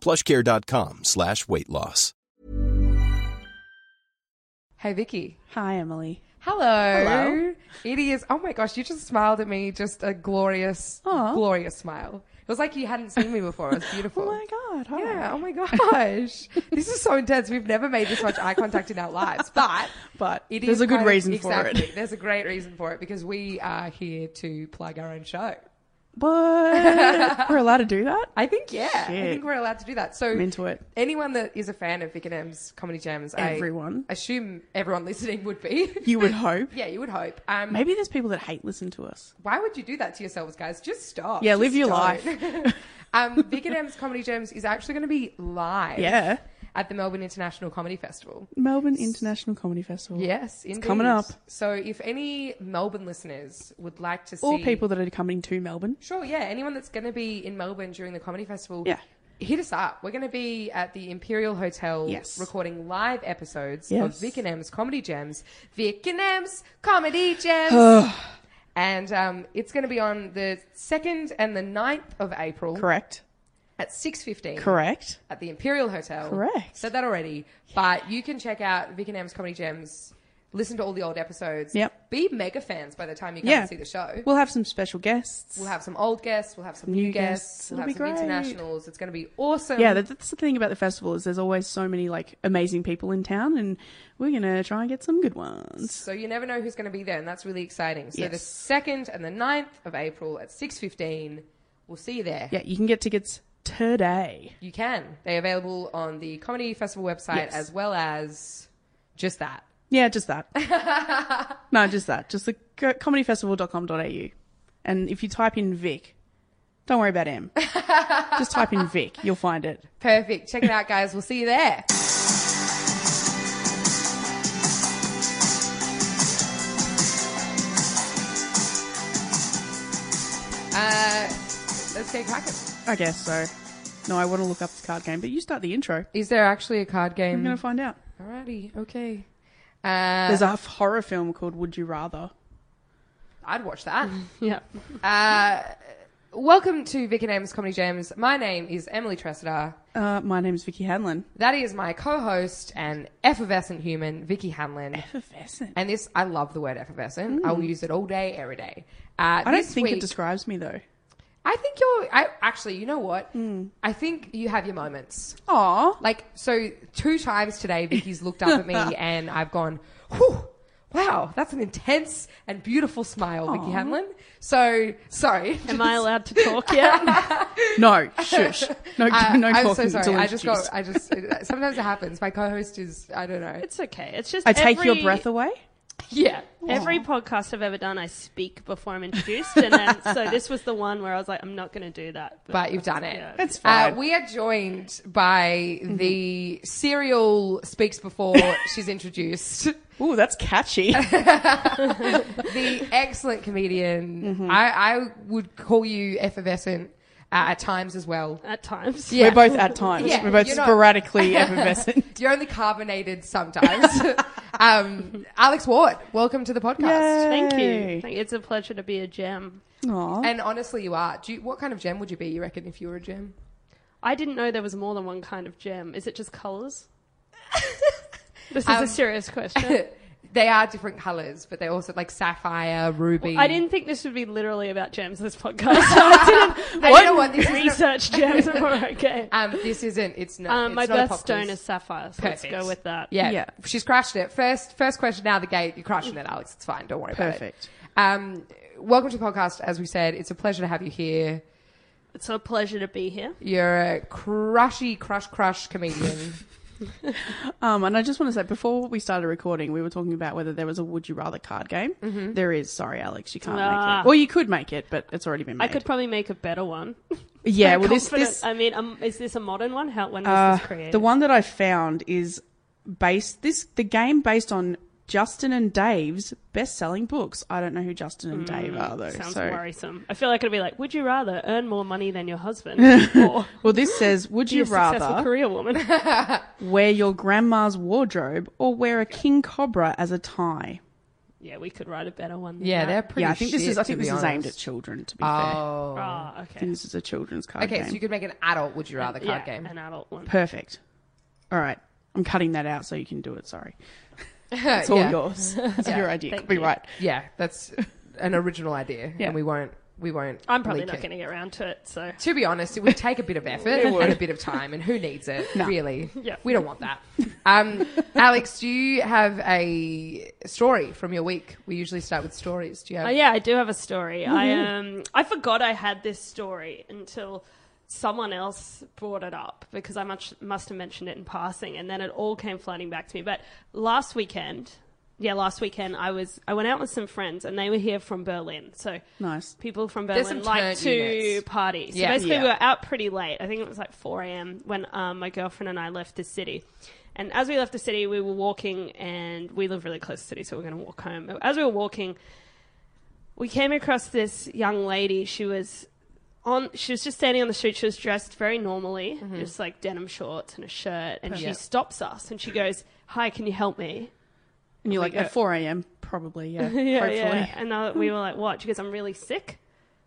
Plushcare.com slash weight loss. Hey, Vicky. Hi, Emily. Hello. Hello. It is. Oh my gosh, you just smiled at me. Just a glorious, Aw. glorious smile. It was like you hadn't seen me before. It was beautiful. Oh my God. Hi. Yeah. Oh my gosh. this is so intense. We've never made this much eye contact in our lives, but But it is there's a good kind of- reason for exactly, it. There's a great reason for it because we are here to plug our own show. But we're allowed to do that? I think yeah. I Shit. think we're allowed to do that. So I'm into it. Anyone that is a fan of Vic and M's Comedy Jams, Everyone. I assume everyone listening would be. You would hope. yeah, you would hope. Um, Maybe there's people that hate listen to us. why would you do that to yourselves, guys? Just stop. Yeah, Just live your don't. um, Vic and M's Comedy Jams is actually going to be live. Yeah. At the Melbourne International Comedy Festival. Melbourne International Comedy Festival. Yes, indeed. coming up. So, if any Melbourne listeners would like to see, All people that are coming to Melbourne. sure, yeah, anyone that's going to be in Melbourne during the comedy festival, Yeah. hit us up. We're going to be at the Imperial Hotel, Yes. recording live episodes of Yes. Vic and M's Comedy Gems, Vic and M's Comedy Gems, and um, it's going to be on the second and the 9th of April Correct. at six fifteen Correct. at the Imperial Hotel. Correct. Said that already. But you can check out Vic and M's Comedy Gems, listen to all the old episodes. Yep. Be mega fans by the time you come yeah. and see the show. We'll have some special guests. We'll have some old guests, we'll have some new, New guests, guests. we'll have some It'll be great. internationals. It's going to be awesome. yeah, that- that's the thing about the festival is there's always so many like amazing people in town, and we're gonna try and get some good ones. so you never know who's going to be there, and that's really exciting. So the Yes. second and the 9th of April at six fifteen, we'll see you there. Yeah, you can get tickets today. You can. They're available on the comedy festival website Yes. as well as just that. Yeah, just that. no, just that. Just the co- comedyfestival.com.au. And if you type in Vic, don't worry about M. just type in Vic, you'll find it. Perfect. Check it out, guys. We'll see you there. Uh, let's get cracking. I guess so. No, I want to look up this card game, but you start the intro. Is there actually a card I'm game? going to find out. Alrighty. Okay. Mm. Uh, There's a f- horror film called Would You Rather. I'd watch that. Yeah. Uh, welcome to Vic and M's Comedy Jams. My name is Emily Tressida. Uh, my name's Vicky Hanlon. That is my co-host and effervescent human, Vicky Hanlon. Effervescent. And this, I love the word effervescent. I will use it all day, every day. Uh, I don't this think week- it describes me, though. I think you're. I actually, you know what? I think you have your moments. Aw. Like so, two times today, Vicky's looked up at me and I've gone, "Whew, wow, that's an intense and beautiful smile, Vicky Hanlon." So sorry. Am I allowed to talk yet? No, shush. No, Uh, no I'm so talking sorry. till I just got. introduced. I just. It, uh, sometimes it happens. My co-host is. I don't know. it's okay. It's just I take your every- breath away? Yeah. Every podcast I've ever done, I speak before I'm introduced, and then so this was the one where I was like, I'm not going to do that. But you've done it. Yeah. That's Uh, fine. Mm-hmm. we are joined by the serial speaks before she's introduced. Ooh, that's catchy. the excellent comedian. Mm-hmm. I, I would call you effervescent uh, at times as well. At times, Yeah. We're both at times. Yeah, We're both you're not- sporadically effervescent. You're only carbonated sometimes. um, Alex Ward, welcome to the podcast. Thank Yay. you. Thank you. It's a pleasure to be a gem. Aw. And honestly, you are. Do you, what kind of gem would you be? You reckon if you were a gem? I didn't know there was more than one kind of gem. Is it just colors? this is Um, a serious question. they are different colors, but they're also like sapphire, ruby. I didn't think this would be literally about gems. This podcast, so I didn't. And you know what? This isn't a- research gems, and we're okay. Um, this isn't. It's not. Um, it's my not a birthstone pop stone quiz. is sapphire, so Perfect. let's go with that. Yeah. Yeah. She's crashed it. First first question out of the gate. You're crashing it, Alex. It's fine. Don't worry Perfect. about it. Um, welcome to the podcast. As we said, it's a pleasure to have you here. It's a pleasure to be here. You're a crushy, crush, crush comedian. Um, and I just want to say, before we started recording, we were talking about whether there was a Would You Rather card game. There is. Sorry, Alex, you can't Mm-hmm. Ah. make it. Or you could make it, but it's already been made. I could probably make a better one. Yeah, well, this, Confident- this I mean, um, is this a modern one? How when was uh, this created? the one that I found is based this the game based on Justin and Dave's best selling books. I don't know who Justin and Dave are though. Mm, Sounds so. worrisome. I feel like it'd be like, would you rather earn more money than your husband, or Well, this says, would be you a successful rather career woman? wear your grandma's wardrobe or wear a king cobra as a tie? yeah, we could write a better one. Than Yeah, that. they're pretty. yeah, I think this shit, is. I to think be this is aimed at honest. children. To be fair, Oh. Ah, I think okay. this is a children's card Okay, game. so you could make an adult Would You Rather card yeah, game. an adult one. Perfect. All right, I'm cutting that out so you can do it. Sorry, it's all yeah. yours. It's your idea. thank Copyright. you. right. Yeah, that's an original idea, Yeah. and we won't. We won't. I'm probably leak not it. going to get around to it, so To be honest, it would take a bit of effort and a bit of time, and who needs it? Really, Yeah. we don't want that. Um, Alex, do you have a story from your week? We usually start with stories. Do you have? Uh, yeah, I do have a story. I um I forgot I had this story until someone else brought it up because I much must have mentioned it in passing, and then it all came flooding back to me. But last weekend, yeah, last weekend I was I went out with some friends, and they were here from Berlin, so Nice. people from There's some Berlin like turnt to units. party. So Yeah. basically, Yeah. we were out pretty late. I think it was like 4 a.m. when um, my girlfriend and I left the city. And as we left the city, we were walking, and we live really close to the city, so we're going to walk home. As we were walking, we came across this young lady. She was on. She was just standing on the street. She was dressed very normally, Mm-hmm. just like denim shorts and a shirt. And she Perfect. stops us, and she goes, "Hi, can you help me?" And you're like go. at 4 a.m. Probably. Yeah. Yeah, hopefully. yeah. And uh, we were like, "What?" She goes, "I'm really sick."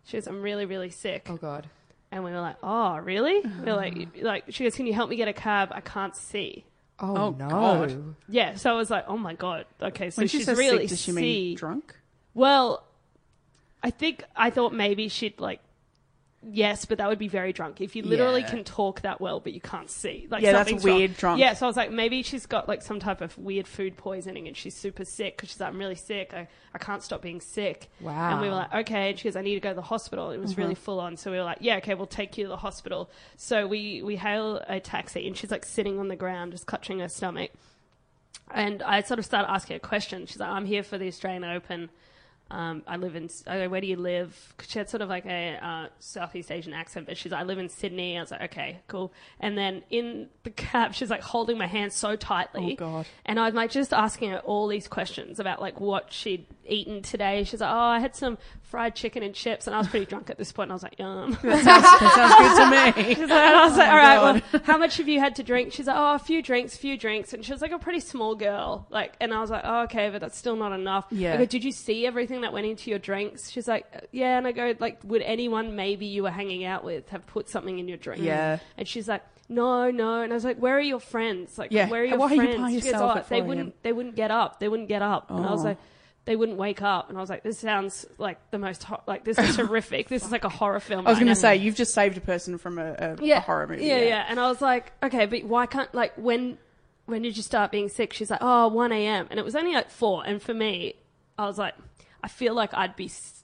She goes, "I'm really, really sick." Oh God. And we were like, "Oh, really?" We were like, Uh-huh. "Like," she goes, "Can you help me get a cab? I can't see." Oh, Oh, no. God. Yeah, so I was like, "Oh my god, okay." So When she she's says really sick, does she sick. mean drunk? Well, I think I thought maybe she'd like, yes, but that would be very drunk if you literally Yeah. can talk that well, but you can't see. Like, Yeah, that's something's weird wrong. drunk. Yeah, so I was like, maybe she's got like some type of weird food poisoning and she's super sick because she's like, I'm really sick. I, I can't stop being sick. Wow. And we were like, okay. And she goes, I need to go to the hospital. It was Mm-hmm. really full on. So we were like, yeah, okay, we'll take you to the hospital. So we, we hail a taxi and she's like sitting on the ground, just clutching her stomach. And I sort of started asking her questions. She's like, I'm here for the Australian Open. Um, I live in, I go, where do you live? 'Cause she had sort of like a uh, Southeast Asian accent, but she's like, I live in Sydney. I was like, okay, cool. And then in the cab, she's like holding my hand so tightly. Oh, God. And I'm like just asking her all these questions about like what she'd eaten today. She's like, oh, I had some fried chicken and chips. And I was pretty drunk at this point. And I was like, yum. that sounds good to me. She's like- and I was like, all right, well, how much have you had to drink? She's like, oh, a few drinks, few drinks. And she was like a pretty small girl. Like, and I was like, oh, okay, but that's still not enough. Yeah. I go, did you see everything that went into your drinks? She's like, yeah. And I go, like, would anyone maybe you were hanging out with have put something in your drink? Yeah. And she's like, no, no. And I was like, where are your friends? Like, Yeah. where are your Why are you by friends? She goes, yourself "Oh, at 4 they a.m.? wouldn't, they wouldn't get up. They wouldn't get up. And I was Oh. like, they wouldn't wake up, and I was like, "This sounds like the most ho- like this is horrific. this is like a horror film." I was right going now." to say you've just saved a person from a, a, a horror movie. Yeah, yeah, And I was like, okay, but why can't like when when did you start being sick? She's like, oh, 1 a.m. And it was only like four. And for me, I was like, I feel like I'd be s-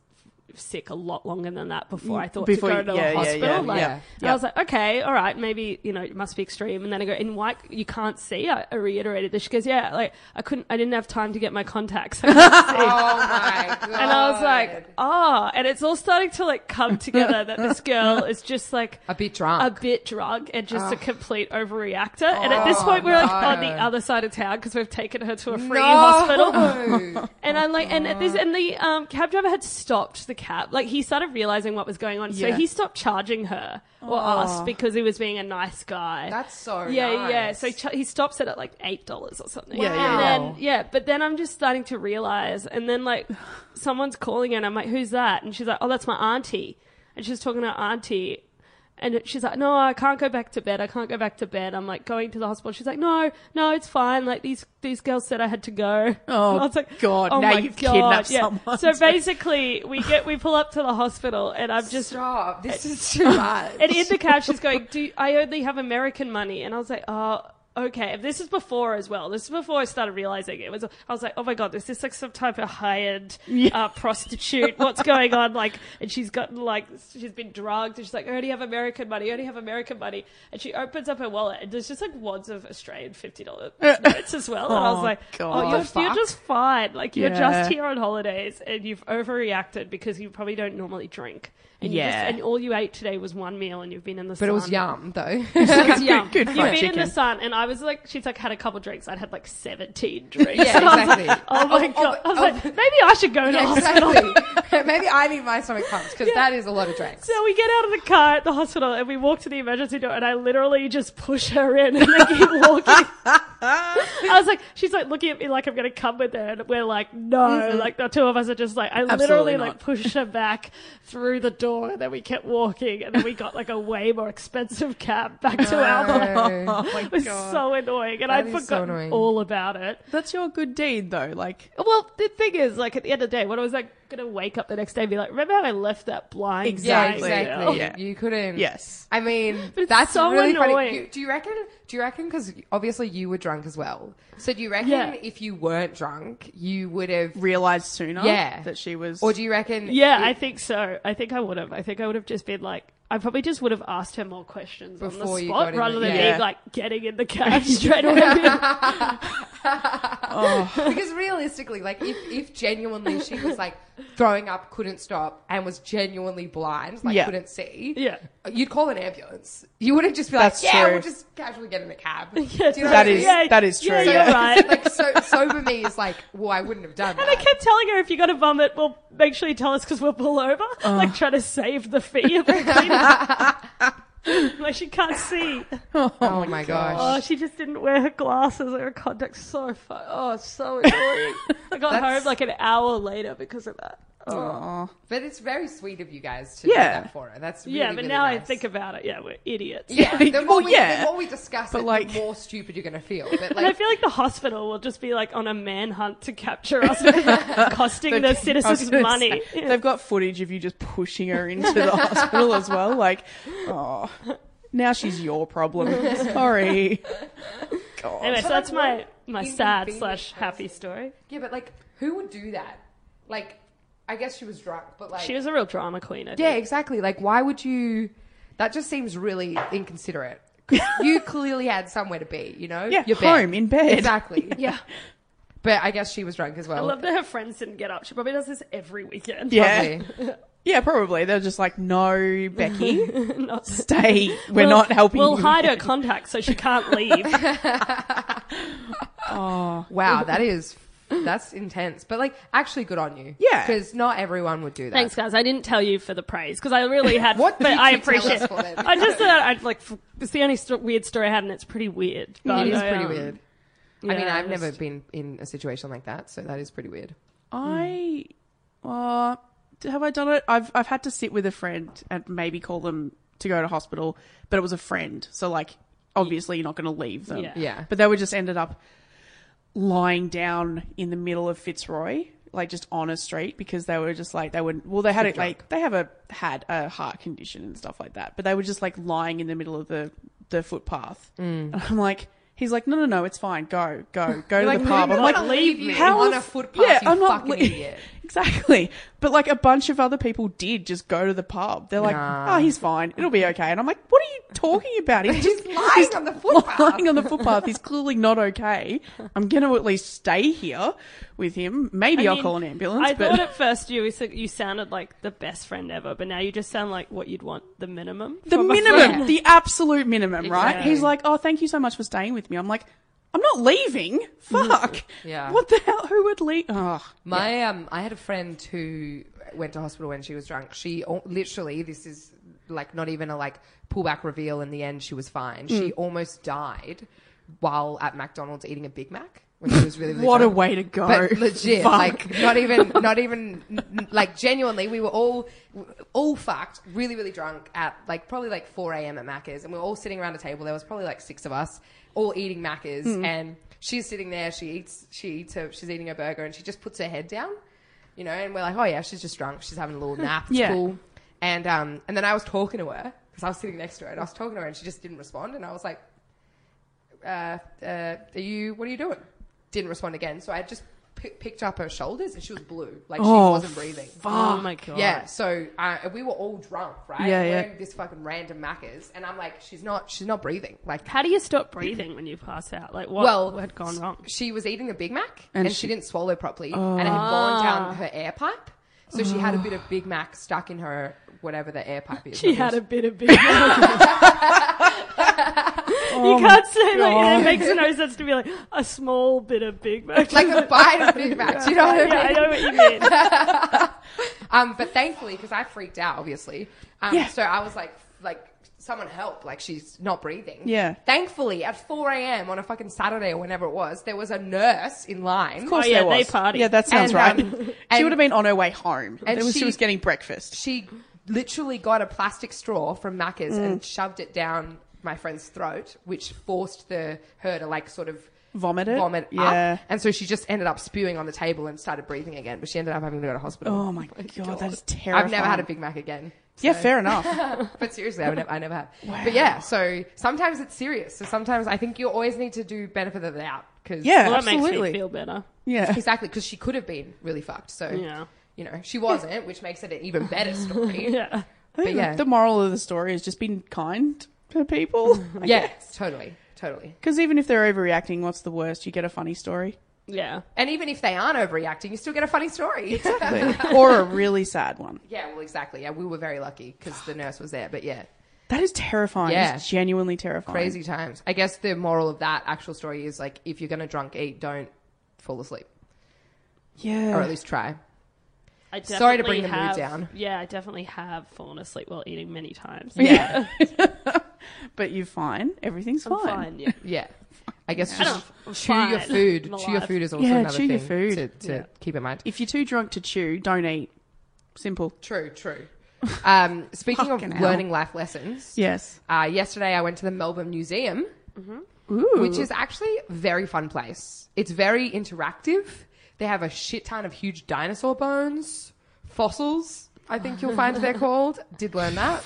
sick a lot longer than that before I thought Before to go you- to yeah, a yeah, hospital. yeah, like, yeah. And Yeah. I was like, okay, all right, maybe you know it must be extreme. And then I go, in white, you can't see. I, I reiterated this. She goes, yeah, like I couldn't, I didn't have time to get my contacts. I couldn't see. Oh my God. And I was like, oh, and it's all starting to like come together that this girl is just like A bit drunk. a bit drunk, and just a complete overreactor. and at this point, we're like on the other side of town because we've taken her to a free hospital. hospital. And I'm like, and at this, and the um, cab driver had stopped the cab. Like he started realizing what was going on, so Yeah. he stopped charging her or us because he was being a nice guy. That's so yeah, yeah. nice. So ch- he stops it at like eight dollars or something. Yeah, yeah, And yeah. then yeah, but then I'm just starting to realize, and then like someone's calling, and I'm like, "Who's that?" And she's like, "Oh, that's my auntie," and she's talking to her auntie. And she's like, no, I can't go back to bed. I can't go back to bed. I'm like going to the hospital. She's like, no, no, it's fine. Like these these girls said I had to go. Oh, And I was like, God, oh now my you've God. kidnapped Yeah. someone. So basically, we get we pull up to the hospital, and I'm just Stop. This is too much. and in the cab, she's going, "Do you- I only have American money?" And I was like, "Oh, okay, if this is before as well. This is before I started realizing it was. I was like, oh my god, is this like some type of hired uh, prostitute? What's going on? Like, and she's gotten like she's been drugged, and she's like, I only have American money, I only have American money, and she opens up her wallet, and there's just like wads of Australian fifty dollar notes as well. and I Oh, was like, God. oh, you're, Fuck. you're just fine. Like you're Yeah. just here on holidays, and you've overreacted because you probably don't normally drink. And You Yeah. just, and all you ate today was one meal, and you've been in the But it was sun. yum though. It was yum. Good You've fried been in chicken. the sun, and I was like, she's like had a couple drinks. I'd had like seventeen drinks. Yeah, And I was exactly. like, oh my Of- god! of- I was like, maybe I should go to Yeah, hospital. exactly. Maybe I need my stomach pumped because that is a lot of drinks. So we get out of the car at the hospital, and we walk to the emergency door, and I literally just push her in, and they keep walking. I was like, she's like looking at me like I'm gonna come with her, and we're like, no, like the two of us are just like, I Absolutely literally not. like pushed her back through the door, and then we kept walking, and then we got like a way more expensive cab back to our No. Oh my It was god. so annoying, and That I'd is so forgotten annoying. all about it. That's your good deed though. Like Well, the thing is, like at the end of the day, when I was like gonna wake up the next day and be like, remember how I left that blind? Yeah, Exactly. guy?" exactly. Yeah. You couldn't. Yes. I mean, it's that's so really funny. annoying. You, do you reckon? Do you reckon? Because obviously you were drunk as well. So do you reckon Yeah. if you weren't drunk, you would have? realized sooner Yeah. that she was Or do you reckon? Yeah, it- I think so. I think I would have. I think I would have just been like, I probably just would have asked her more questions Before on you the got spot in rather the- than yeah. being like getting in the cab straight away. because realistically, like if, if genuinely she was like throwing up, couldn't stop, and was genuinely blind, like Yeah. couldn't see, Yeah. you'd call an ambulance. You wouldn't just be That's like, yeah, true. we'll just casually get in a cab. Yeah, Do you know That what I is- mean? yeah, that is true, Yeah, yeah. you're right. like so, sober me is like, well, I wouldn't have done And that. I kept telling her, if you're gonna vomit, well, make sure you tell us because we'll pull over. Uh. Like trying to save the fee of the cleanup. like she can't see. oh my gosh. Oh, she just didn't wear her glasses or her contacts. So far. Oh, it's so annoying. I got home like an hour later because of that. Aw. But it's very sweet of you guys to do Yeah. that for her. That's really, yeah, but really now I nice. think about it. Yeah, we're idiots. yeah, the Well, more we, yeah. the more we discuss it, like- the more stupid you're gonna feel. But And I like, feel like the hospital will just be like on a manhunt to capture us, costing the I was citizens gonna money. say, they've got footage of you just pushing her into the hospital as well. Like, oh, now she's your problem. Sorry. God. Anyway, so that's my my sad Inconvenient slash happy person. story. yeah, but like, who would do that? Like, I guess she was drunk, but like, She was a real drama queen. I yeah, think. exactly. Like, why would you? That just seems really inconsiderate. 'Cause you clearly had somewhere to be, you know? Yeah, Your home, in bed. Exactly. yeah. But I guess she was drunk as well. I love that her friends didn't get up. She probably does this every weekend. Yeah. Probably. Yeah, probably. They're just like, no, Becky, Not- stay. We're We'll- not helping We'll you. hide her contacts so she can't leave. Wow, that is that's intense. But like, actually, good on you. Yeah. because not everyone would do that. Thanks, guys. I didn't tell you for the praise because I really had. What but did I you tell us appreciate. for then? I just thought I'd like. f- It's the only sto- weird story I had, and it's pretty weird. But It is I, pretty um, weird. I yeah, mean, I've never just- been in a situation like that, so that is pretty weird. I uh, have I done it? I've I've had to sit with a friend and maybe call them to go to hospital, but it was a friend, so like obviously you're not going to leave them. Yeah. Yeah. But they were just ended up lying down in the middle of Fitzroy, like just on a street because they were just like they were well they had it like they have a had a heart condition and stuff like that, but they were just like lying in the middle of the the footpath, Mm. and I'm like. He's like, no, no, no, it's fine. Go, go, go to like, the pub. "We're I'm not like, gonna leave you on the a f- footpath, you fucking le- idiot. Exactly. But like a bunch of other people did just go to the pub. They're like, Nah. oh, he's fine. It'll be okay. And I'm like, what are you talking about? He's He's just lying he's on the footpath." Lying on the footpath. He's clearly not okay. I'm going to at least stay here with him. Maybe I I'll mean, call an ambulance. I but thought at first you was- you sounded like the best friend ever, but now you just sound like what you'd want the minimum. the from a minimum, friend. the absolute minimum, right? Exactly. He's like, oh, thank you so much for staying with me. I'm like, I'm not leaving. Fuck. Yeah. What the hell? Who would leave? Oh, My um, I had a friend who went to hospital when she was drunk. She al- literally, this is like not even a like pullback reveal. In the end, she was fine. Mm. She almost died while at McDonald's eating a Big Mac when she was really. really what a drunk. way to go. But legit, Fuck. like not even, not even, n- n- like genuinely, we were all, all fucked, really, really drunk at like probably like 4 a.m. at Macca's, and we were all sitting around a table. There was probably like six of us, all eating Macca's, Hmm. and she's sitting there. She eats, she eats her, she's eating her burger, and she just puts her head down, you know. And we're like, oh yeah, she's just drunk. She's having a little nap. It's Yeah. cool. And um, and then I was talking to her because I was sitting next to her, and I was talking to her, and she just didn't respond, and I was like uh, uh, are you, what are you doing? Didn't respond again. So I just p- picked up her shoulders and she was blue. Like she Oh, wasn't breathing. Oh my god. Yeah, so uh, we were all drunk, right? Yeah, yeah. Wearing this fucking random Macca's, and I'm like, she's not, she's not breathing. Like, How do you stop breathing when you pass out? Like what well, had gone wrong? She was eating a Big Mac, And and, she- she, didn't swallow properly, and it had Oh. gone down her air pipe. So she had a bit of Big Mac stuck in her whatever the air pipe is. She had a bit of big. you can't say like it makes no sense to be like a small bit of Big Mac. like a bite of Big Mac. Do you know what I mean? yeah, I know what you mean. Um, but thankfully, because I freaked out, obviously. Um, Yeah. So I was like, like, someone help. Like, she's not breathing. Yeah. Thankfully, at 4 a.m. on a fucking Saturday or whenever it was, there was a nurse in line. course Oh, yeah, there was. they party. Yeah, that sounds And, right. um, she and- would have been on her way home. And It was- she, she- was getting breakfast. She literally got a plastic straw from Macca's Mm. and shoved it down my friend's throat, which forced the her to like sort of Vomit it? vomit Yeah. up. And so she just ended up spewing on the table and started breathing again. But she ended up having to go to hospital. Oh my god, that is Oh, terrifying. I've never had a Big Mac again. Yeah, fair enough. But seriously, I never, I never have. But yeah, so sometimes it's serious. So sometimes I think you always need to do benefit of the doubt. Cause Yeah, Well, that makes me absolutely. feel better. Yeah. exactly. Because she could have been really fucked. So Yeah. you know she wasn't, which makes it an even better story. Yeah. I think But yeah. the moral of the story is just being kind to people. yeah, totally, totally. Because even if they're overreacting, what's the worst? You get a funny story. Yeah. And even if they aren't overreacting, you still get a funny story. or a really sad one. yeah, well, exactly. Yeah, we were very lucky because the nurse was there. But yeah, That is terrifying. Yeah. It's genuinely terrifying. crazy times. I guess the moral of that actual story is like if you're gonna drunk eat, don't fall asleep, Yeah. or at least try. I Sorry to definitely bring the mood have- down. Yeah, I definitely have fallen asleep while eating many times. Yeah, but you're fine. Everything's I'm fine. fine. Yeah. yeah. I guess I just don't- chew your fine. food. I'm Chew your alive. food is also Yeah, another chew thing your food. to, to Yeah. keep in mind. If you're too drunk to chew, don't eat. Simple. True, true. Um, speaking of Fucking hell. learning life lessons, Yes. uh, yesterday I went to the Melbourne Museum. Ooh. Mm-hmm. which is actually a very fun place. It's very interactive. They have a shit ton of huge dinosaur bones, fossils. I think you'll find they're called. Did learn that,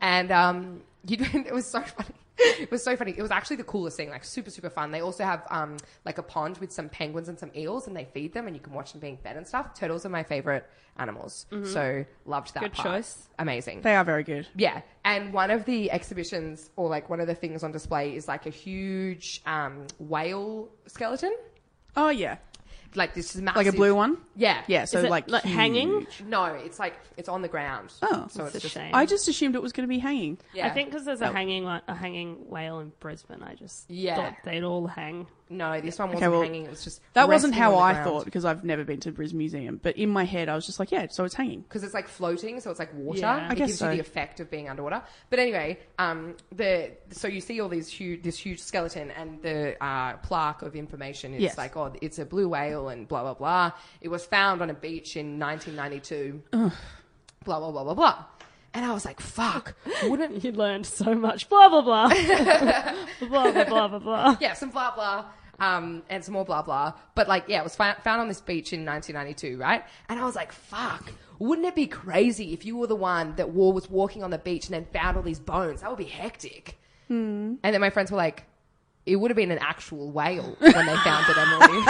and um, you, it was so funny. It was so funny. It was actually the coolest thing. Like super, super fun. They also have um, like a pond with some penguins and some eels, and they feed them, and you can watch them being fed and stuff. Turtles are my favorite animals, so loved that. Mm-hmm. Good part. choice. Amazing. They are very good. Yeah, and one of the exhibitions or like one of the things on display is like a huge um, whale skeleton, Oh, yeah. like this is massive, Like a blue one? Yeah, Yeah, so Is it, like. like, hanging? huge. No, it's like it's on the ground. Oh. so it's It's a just shame. I just assumed it was going to be hanging. yeah. I think because there's a hanging one, a hanging whale in Brisbane. I just Yeah. thought they'd all hang. no, this one wasn't well, hanging. It was just That wasn't how I thought because I've never been to Brisbane Museum, but in my head I was just like, yeah, so it's hanging. because it's like floating, so it's like water. Yeah. I it guess gives so. you the effect of being underwater. But anyway, um, the so you see all these huge, this huge skeleton, and the uh, plaque of information is Yes. like, oh, it's a blue whale, and blah blah blah. It was found on a beach in 1992. Blah blah blah blah blah. And I was like, fuck, wouldn't You learned so much. Blah blah blah. blah blah blah blah blah. yeah, some blah blah. Um, and some more blah blah. But like, yeah, it was fi- found on this beach in 1992, right? And I was like, fuck, wouldn't it be crazy if you were the one that war was walking on the beach and then found all these bones? That would be hectic. And then my friends were like, it would have been an actual whale when they found it, Emily.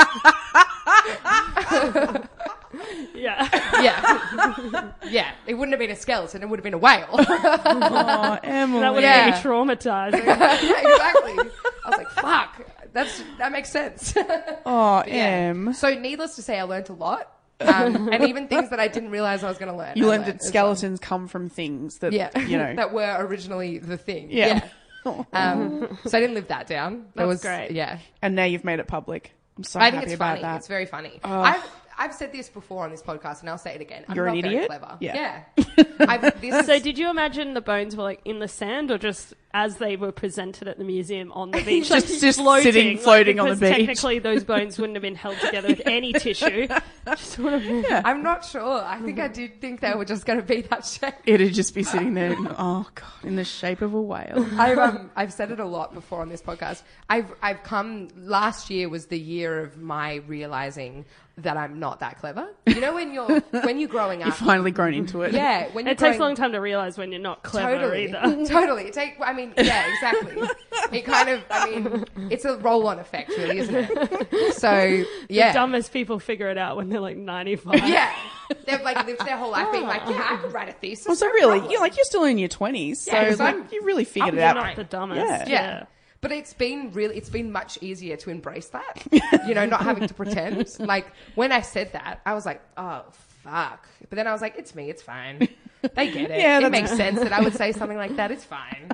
Yeah. yeah. Yeah. It wouldn't have been a skeleton. It would have been a whale. Oh, Emily. That would Yeah. have been traumatizing. exactly. I was like, fuck, that's, that makes sense. oh, Yeah. Em. So, needless to say, I learnt a lot. Um, and even things that I didn't realize I was going to learn. You I learned that as skeletons come from things that, well. Yeah. you know. that were originally the thing. Yeah. Yeah. Um, so I didn't live that down. That That's was great. Yeah. and now you've made it public. I'm so I happy think it's about funny. that. It's very funny. I've, I've said this before on this podcast and I'll say it again. I'm You're not an very idiot? clever. Yeah. yeah. I've, this so is- did you imagine the bones were like in the sand or just as they were presented at the museum on the beach? Just- just Like, sitting like, floating on the because beach. Technically those bones wouldn't have been held together with any tissue. Just would have been I'm not sure. I think I did think they were just going to be that shape. It'd just be sitting there, oh god, in the shape of a whale. I've, um, I've said it a lot before on this podcast. I've, I've come, last year was the year of my realizing that I'm not that clever. You know when you're when you're growing up. You've finally grown into it. yeah, when you're It takes a growing- long time to realize when you're not clever Totally, either. totally. It Take, I mean, yeah, exactly. It kind of, I mean, it's a roll-on effect, really, isn't it? So, yeah, Dumbest people figure it out when they're like 95. yeah. They've like lived their whole life being like, yeah, I could write a thesis. Well, so no really, problem. you're like you're still in your twenties, so Yeah, so I'm- like, you really figured You're it out. not the dumbest. Yeah. yeah. But it's been really, it's been much easier to embrace that, you know, not having to pretend. Like when I said that, I was like, oh, fuck. But then I was like, it's me, it's fine. They get it. Yeah, it that's- makes sense that I would say something like that. It's fine.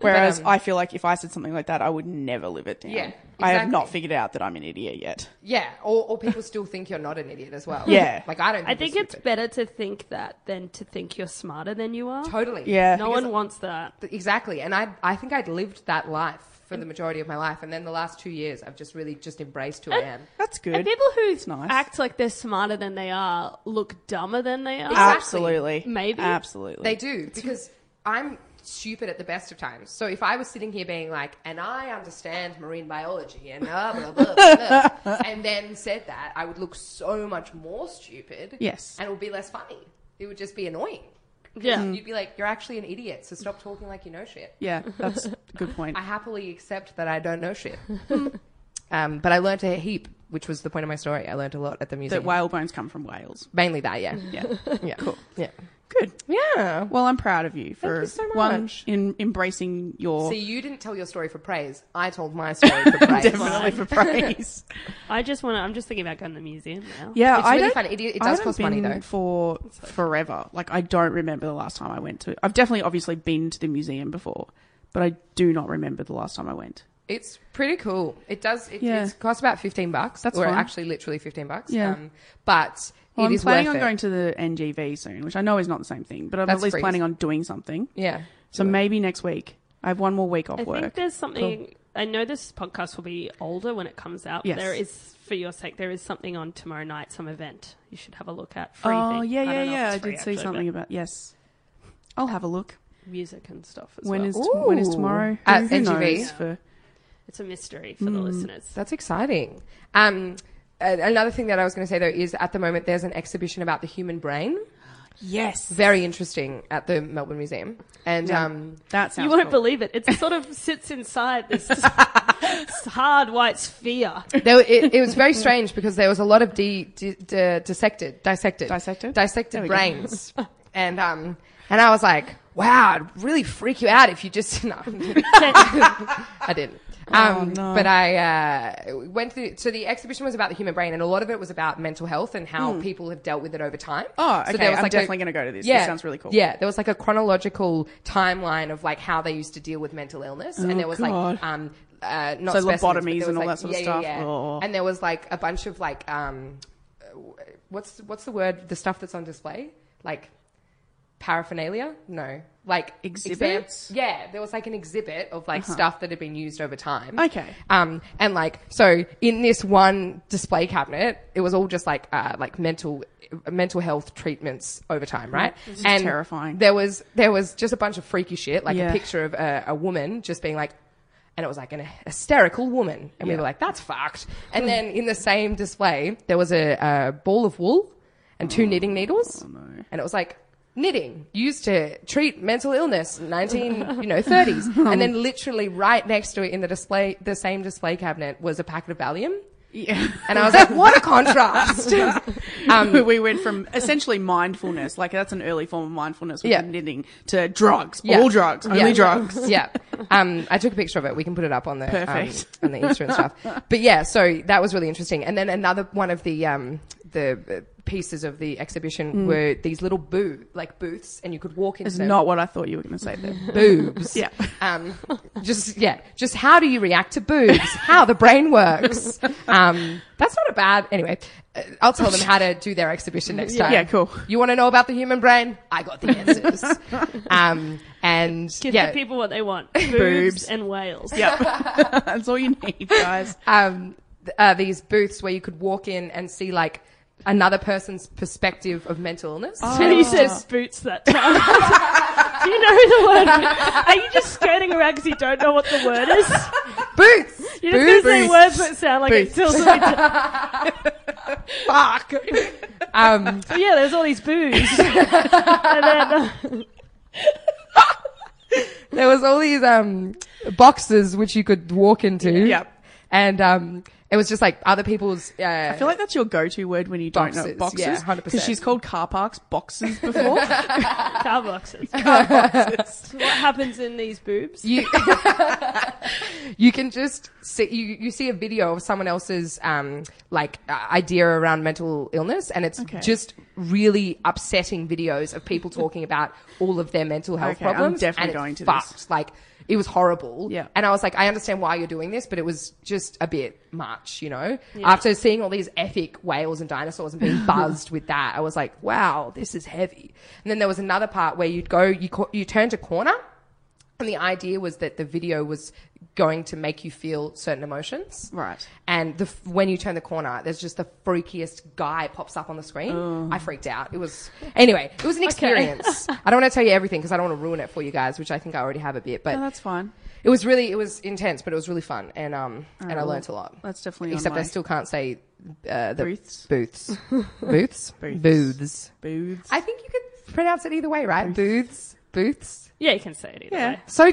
Whereas But, um, I feel like if I said something like that, I would never live it down. Yeah, I have not exactly. figured out that I'm an idiot yet. Yeah. Or, or people still think you're not an idiot as well. Yeah. Like I don't. I think we're it's stupid. better to think that than to think you're smarter than you are. totally. Yeah. No one wants that. Exactly. And I I think I'd lived that life for the majority of my life, and then the last two years I've just really just embraced who I am. That's good. And people who nice. act like they're smarter than they are look dumber than they are. Exactly. Absolutely. Maybe. Absolutely. They do because I'm stupid at the best of times. So if I was sitting here being like, and I understand marine biology and blah blah blah, blah, blah and then said that, I would look so much more stupid. Yes. And it would be less funny. It would just be annoying. Yeah. Mm. You'd be like, you're actually an idiot, so stop talking like you know shit. Yeah, that's a good point. I happily accept that I don't know shit. um, but I learnt a heap, which was the point of my story. I learnt a lot at the museum. that whale bones come from whales. Mainly that, yeah. Yeah. Yeah. Cool. Yeah. Good. Yeah. Well, I'm proud of you for you so one much. in embracing your So you didn't tell your story for praise. I told my story for praise. definitely for praise. I just want to, I'm just thinking about going to the museum now. yeah, It's I really don't- fun. It- it I does haven't cost money, been though. For forever, like I don't remember the last time I went to. I've definitely, obviously, been to the museum before, but I do not remember the last time I went. It's pretty cool. It does. It, Yeah. It costs about fifteen bucks. That's or fine. actually literally fifteen bucks. um, Yeah. but Well, it I'm is planning worth on it. going to the NGV soon, which I know is not the same thing, but I'm That's at least free. planning on doing something. yeah. So maybe next week. I have one more week off I work. think there's something. I know this podcast will be older when it comes out. but Yes. There is, for your sake, there is something on tomorrow night, some event you should have a look at. Free oh thing. yeah, yeah, I don't know if yeah. it's I free, did see actually, something about yes. I'll have a look. but Music and stuff as When well. is t- when is Ooh. tomorrow? Who, At who NGV? knows for It's a mystery for the listeners. That's exciting. Um, a- another thing that I was going to say though is at the moment there's an exhibition about the human brain. yes. Very interesting at the Melbourne Museum. And um, That sounds. you won't cool. believe it. It sort of sits inside this hard white sphere. there, it, it was very strange because there was a lot of de, de, de, dissected, dissected, Dissected? There dissected we go. brains, and um, and I was like, wow, it'd really freak you out if you just no, I didn't. Um, Oh, no. But I uh, went to so the exhibition was about the human brain, and a lot of it was about mental health and how people have dealt with it over time. Hmm. Oh, So okay, I'm definitely gonna go to this. This sounds really cool. Yeah, there was like a chronological timeline of like how they used to deal with mental illness, and there was Oh, God. like um, uh, not So specimens, but there lobotomies and was, all like- that sort of yeah, stuff. Yeah, yeah. Oh. And there was like a bunch of like um, uh, what's what's the word? The stuff that's on display, like paraphernalia? No, like Exhibits? Uh-huh. exam- yeah, there was like an exhibit of like stuff that had been used over time. Okay. Um, and like so in this one display cabinet, it was all just like uh, like mental mental health treatments over time, right? Mm-hmm. is terrifying. There was there was just a bunch of freaky shit, like Yeah. a picture of a, a woman just being like. And it was like an hysterical woman. And we Yeah. were like, that's fucked. And then in the same display, there was a, a ball of wool and Oh. two knitting needles. And it was like knitting used to treat mental illness, nineteen you know thirties. Oh. and then literally right next to it in the display, the same display cabinet was a packet of Valium. Yeah. And I was like, what a contrast. um, we went from essentially mindfulness, like that's an early form of mindfulness with Yeah. the knitting, to drugs, yeah. all drugs, only Yeah. drugs. Yeah. Um, I took a picture of it. We can put it up on the um, Perfect. on the Insta and stuff. But yeah, so that was really interesting. And then another one of the um, the uh, pieces of the exhibition were these little boo like booths, and you could walk into Mm. It's them. not what I thought you were going to say there. boobs. Yeah. Um, just yeah. Just how do you react to boobs? How the brain works. Um, that's not a bad. Anyway, uh, I'll tell them how to do their exhibition next time. Yeah, cool. You want to know about the human brain? I got the answers. um, and Give yeah, the people what they want. Boobs, and whales. yeah. that's all you need, guys. um, th- uh, these booths where you could walk in and see like another person's perspective of mental illness. And he says boots that time. Do you know the word? Are you just skirting around because you don't know what the word is? Boots. You're just going to say Boots. words that sound like Boots. it till somebody Fuck. Um, But yeah, there's all these booze. and then, uh, there was all these um, boxes which you could walk into. Yep. And um, it was just like other people's. Uh, I feel like that's your go-to word when you don't know Boxes, boxes. yeah, 100%. Because she's called car parks boxes before. uh, car boxes. What happens in these boobs? you you can just see you, you see a video of someone else's um like uh, idea around mental illness and it's Okay. just really upsetting videos of people talking about all of their mental health Okay, I'm problems definitely and it's going to this. fucked like it was horrible Yeah. and i was like i understand why you're doing this but it was just a bit much you know after seeing all these epic whales and dinosaurs and being buzzed with that i was like wow this is heavy and then there was another part where you'd go you co- you turned a corner and the idea was that the video was going to make you feel certain emotions. Right. And the, f- when you turn the corner, there's just the freakiest guy pops up on the screen. Oh. I freaked out. It was, anyway, it was an experience. I don't want to tell you everything because I don't want to ruin it for you guys, which I think I already have a bit, but No, that's fine. it was really, it was intense, but it was really fun. And, um, and I well, learnt a lot. that's definitely on Except my- I still can't say, uh, the Booths? Booths. booths? Booths. Booths. Booths. I think you could pronounce it either way, right? Booths. Booths. Yeah, you can say it either Yeah. way. So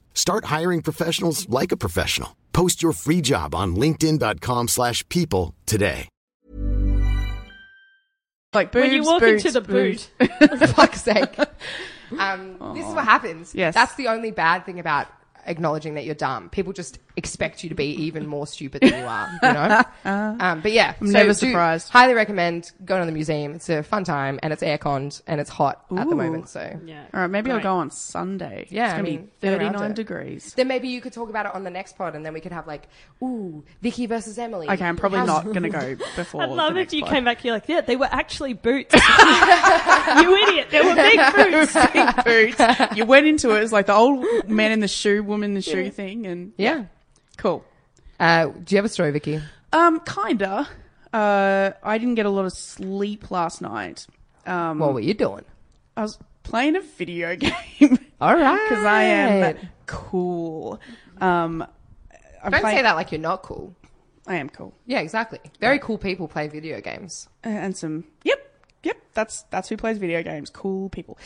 Start hiring professionals like a professional. Post your free job on linkedin.com/people slash people today. like boobs. when you walk boots, into the boobs. boot, For fuck's sake. Um, this is what happens. Yes. That's the only bad thing about acknowledging that you're dumb. People just expect you to be even more stupid than you are, you know? Um, but yeah. I'm never surprised. Highly recommend going to the museum. It's a fun time and it's airconned and it's hot at the Ooh. moment. So yeah. All right, maybe I'll Right. go on Sunday. Yeah, it's I gonna mean, be get around thirty-nine it. degrees. then maybe you could talk about it on the next pod and then we could have like, ooh, Vicky versus Emily. Okay, I'm probably How's- not going to go before. I'd love the if next you pod. came back. You're like, yeah, they were actually boots. you idiot! They were big boots. Big boots. You went into it as like the old man in the shoe, woman in the shoe thing, and Yeah. cool. Uh, do you have a story, Vicky? Um, kinda. Uh, I didn't get a lot of sleep last night. Um, What were you doing? I was playing a video game. All right. because I am cool. Um, I'm Don't playing- say that like you're not cool. I am cool. Yeah, exactly. Very cool people play video games. Uh, and some. Yep, yep. That's that's who plays video games. Cool people.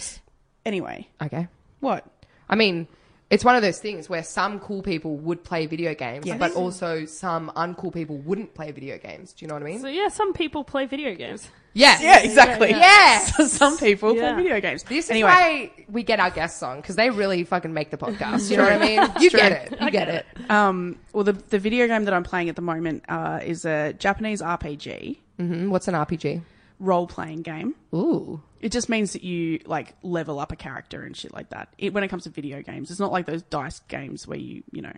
Anyway, Okay. what? I mean, it's one of those things where some cool people would play video games, but also some uncool people wouldn't play video games. Do you know what I mean? so yeah, some people play video games. Yes. Yeah, exactly. Yes. So some people Yeah. play video games. This is anyway, why we get our guests on because they really fucking make the podcast. You know what I mean? You get it. You get it. um, well, the the video game that I'm playing at the moment uh, is a Japanese RPG Mm, what's an RPG? role playing game. Ooh. It just means that you like level up a character and shit like that. It, when it comes to video games, it's not like those dice games where you you know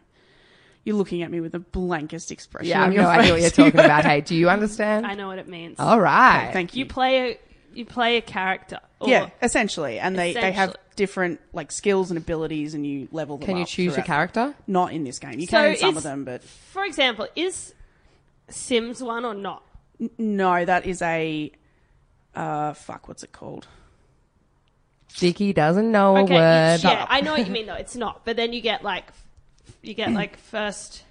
you're looking at me with the blankest expression. Yeah, I on have your no idea what you're face. talking about. Hey, do you understand? I know what it means. All right. Thank you. You play a you play a character. Or yeah, essentially, and they they have Essentially. different like skills and abilities, and you level them. Can you up choose your throughout. character? Not in this game. You So can in some it's- of them, but For example, is Sims one or not? no, that is a uh fuck. What's it called? Vicky doesn't know Okay, a word. yeah, I know what you mean though. It's not, but then you get like, f- you get like first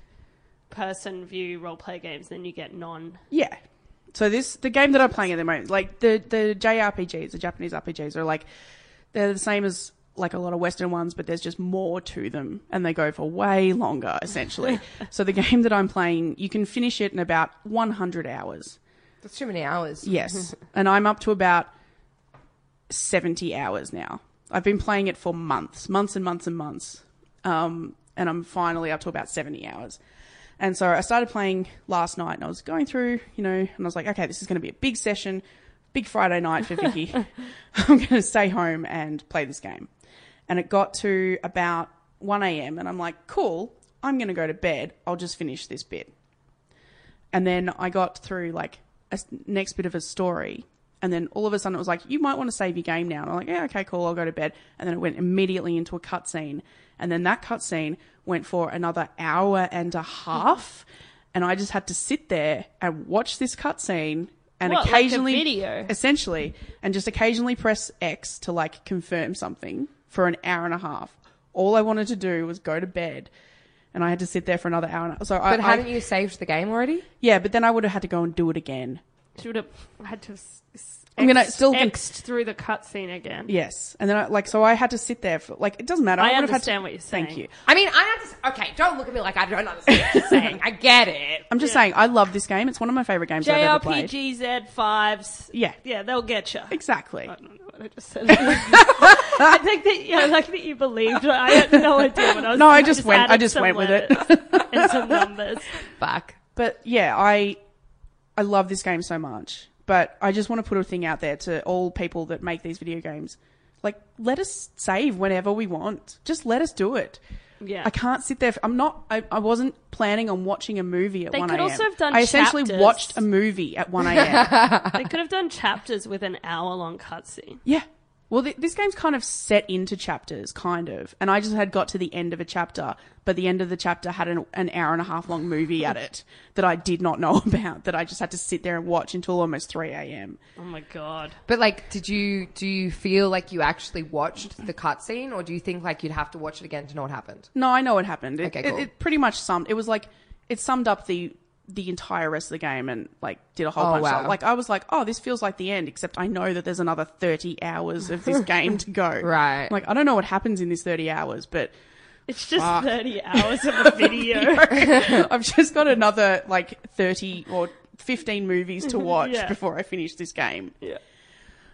person view role play games, then you get non. Yeah. So this the game that I'm playing at the moment, like the the JRPGs, the Japanese RPGs are like they're the same as like a lot of Western ones, but there's just more to them, and they go for way longer essentially. so the game that I'm playing, you can finish it in about 100 hours. That's too many hours. Yes. and I'm up to about 70 hours now. I've been playing it for months, months and months and months. Um, and I'm finally up to about 70 hours. And so I started playing last night and I was going through, you know, and I was like, okay, this is going to be a big session, big Friday night for Vicky. I'm going to stay home and play this game. And it got to about 1 a.m. and I'm like, cool, I'm going to go to bed. I'll just finish this bit. And then I got through like a s- next bit of a story. And then all of a sudden it was like, you might want to save your game now. And I'm like, yeah, okay, cool, I'll go to bed. And then it went immediately into a cutscene. And then that cutscene went for another hour and a half. And I just had to sit there and watch this cutscene and What, like a occasionally video? essentially, and just occasionally press X to like confirm something for an hour and a half. All I wanted to do was go to bed, and I had to sit there for another hour. And a So I, But I- hadn't you saved the game already? yeah, but then I would have had to go and do it again. She would have had to. s- s- I'm gonna X- still- X'd through the cutscene again. Yes, and then I, like so I had to sit there for like it doesn't matter. I would have had understand to, what you're Thank saying. you. I mean, I understand. Okay, don't look at me like I don't understand what you're saying. I get it. I'm just saying I love this game. It's one of my favorite games I've ever played. JRPGZ fives. Yeah. yeah, they'll get you. Exactly. I don't know what I just said. I think that yeah, I like that you believed. it. I had no idea what I was. No, I just went- I added just some went with it. letters and some numbers. Fuck. But yeah, I I love this game so much. But I just want to put a thing out there to all people that make these video games. Like, let us save whenever we want. Just let us do it. Yeah. I can't sit there. f I'm not. I, I wasn't planning on watching a movie at They one could a.m. also have done I essentially chapters. watched a movie at one a.m. They could have done chapters with an hour long cutscene. yeah. Well, th- this game's kind of set into chapters, kind of. And I just had got to the end of a chapter, but the end of the chapter had an, an hour and a half long movie at it that I did not know about. That I just had to sit there and watch until almost three a.m. Oh my god. But like, did you do you feel like you actually watched the cutscene, or do you think like you'd have to watch it again to know what happened? No, I know what happened. It, Okay, it- cool. it, pretty much summed. It was like it summed up the the entire rest of the game and like did a whole Oh, bunch. wow. Of, like I was like, oh, this feels like the end, except I know that there's another thirty hours of this game to go. Right. Like I don't know what happens in this thirty hours, but It's just 30 hours of a video. I've just got another like thirty or fifteen movies to watch Yeah. before I finish this game.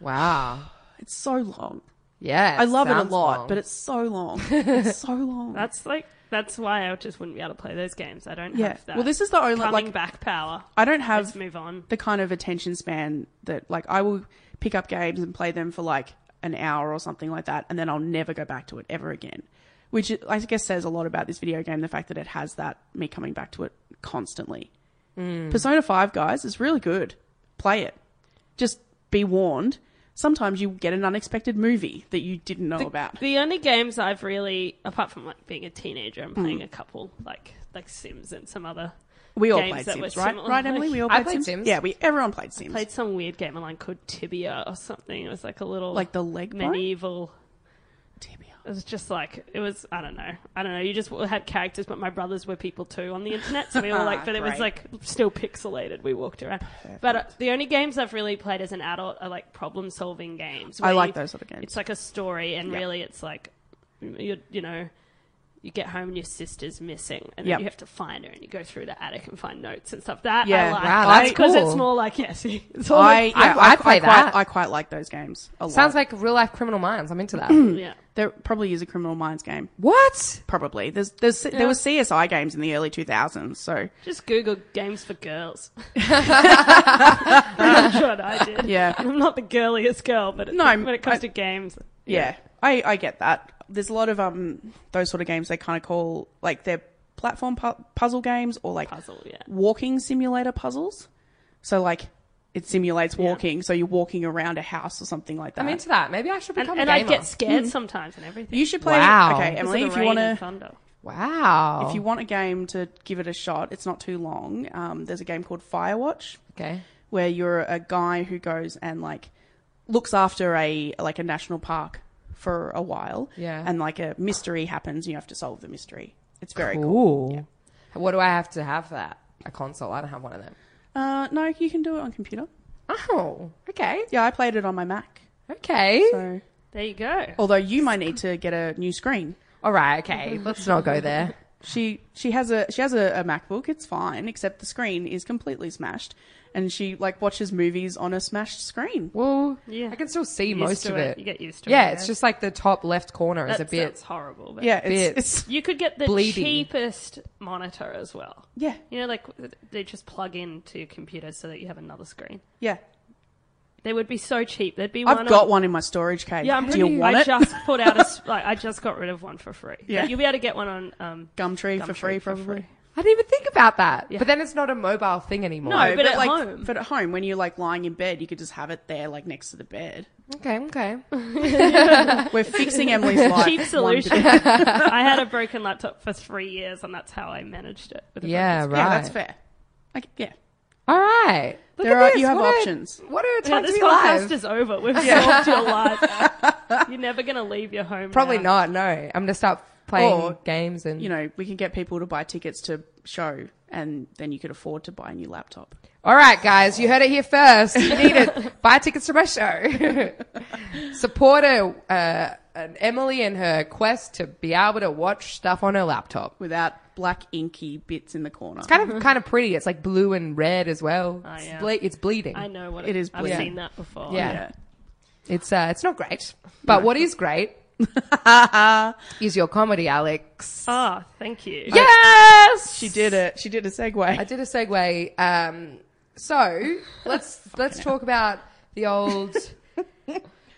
Wow. It's so long. Yeah. I love it a sounds lot, long. but it's so long. It's so long. That's like that's why I just wouldn't be able to play those games. I don't yeah. have that. Well, this is the only coming like back power. I don't have Let's move on. the kind of attention span that like I will pick up games and play them for like an hour or something like that, and then I'll never go back to it ever again. Which is- I guess says a lot about this video game, the fact that it has that me coming back to it constantly. Persona Five, guys, is really good. Play it. Just be warned. Sometimes you get an unexpected movie that you didn't know about. The only games I've really, apart from like being a teenager and playing a couple like like Sims and some other. Mm. we all games played that were Sims, right? similar. Right, Emily? We all I played, played Sims? Sims. Yeah, we everyone played Sims. Played some weird game online called Tibia or something. It was like a little Like the leg bone? medieval. Tibia. It was just like it was. I don't know. I don't know. You just had characters, but my brothers were people too on the internet, so we all like. But it was Ah, Great. like still pixelated. We walked around. But uh, the only games I've really played as an adult are like problem solving games. I where like you- those sort of games. It's like a story, and really, it's like mm, you you know. You get home and your sister's missing, and Yep. then you have to find her, and you go through the attic and find notes and stuff. That I Yeah. like. Wow, that's because it's cool. more like yeah, see, it's all I, like- yeah, I- I'd play quite, that. I quite like those games a lot. sounds like real life criminal minds. I'm into that. yeah. There probably is a Criminal Minds game. what? Probably there's there's there were CSI games in the early 2000s. So Just Google games for girls. That's what I did. Yeah. I'm not the girliest girl, but it, No, I'm- when it comes I- to games, yeah, I I get that. There's a lot of um those sort of games they kind of call like they're platform pu- puzzle games or like Puzzle, yeah. walking simulator puzzles. So like it simulates walking, so you're walking around a house or something like that. I'm into that. Maybe I should and, become and a I gamer. get scared sometimes and everything. Hmm. you should play. Wow. Okay, Because of Emily, the if you rain want and to thunder. wow. if you want a game to give it a shot, it's not too long. Um, there's a game called Firewatch. okay. where you're a guy who goes and like looks after a like a national park for a while. Yeah. And like a mystery happens, and you have to solve the mystery. It's very cool. Cool. What do I have to have for that? A console? I don't have one of them. Uh, no, you can do it on computer. Oh. Okay. Yeah, I played it on my Mac. Okay. So, There you go. although you might need to get a new screen. All right. Okay. Let's not go there. She she has a she has a, a MacBook. It's fine, except the screen is completely smashed, and she like watches movies on a smashed screen. Well, Yeah. I can still see You're used most to of it. it. You get used to yeah, it, it's yeah. just like the top left corner is That a bit. sounds horrible. But Yeah, it's, Bits. it's You could get the Bleeding. cheapest monitor as well. yeah You know, like they just plug into your computer so that you have another screen. yeah. They would be so cheap. There'd be one. I've on- got one in my storage cave. Yeah, I'm Do you pretty- want I it? just put out a s- like I just got rid of one for free. Yeah. But you'll be able to get one on um, Gumtree for Gumtree free, probably. free. I didn't even think about that. But then it's not a mobile thing anymore. No. but at like, home. But at home, when you're like lying in bed, you could just have it there, like next to the bed. Okay, okay. We're fixing Emily's life. Cheap one day. solution. I had a broken laptop for three years, and that's how I managed it. With a Yeah, right. Yeah, that's fair. Like, yeah. All right. Look There at are- this. you have What a- options. what a Yeah, time to this be podcast alive. is over. We've solved your life. You're never going to leave your home. Probably now. not. No, I'm gonna start playing Or, games and You know, we can get people to buy tickets to show, and then you could afford to buy a new laptop. All right, guys, you heard it here first. You need it. Buy tickets to my show. Support a, uh, an Emily in her quest to be able to watch stuff on her laptop. without black inky bits in the corner. Kind of, kind of pretty. It's like blue and red as well. It's, yeah. ble- it's bleeding. I know what It is I've bleeding. seen that before. Yeah. yeah. It's uh, it's not great. But what is great is your comedy, Alex. Oh, thank you. yes, She did it. She did a segue. I did a segue. Um, so let's let's talk about the old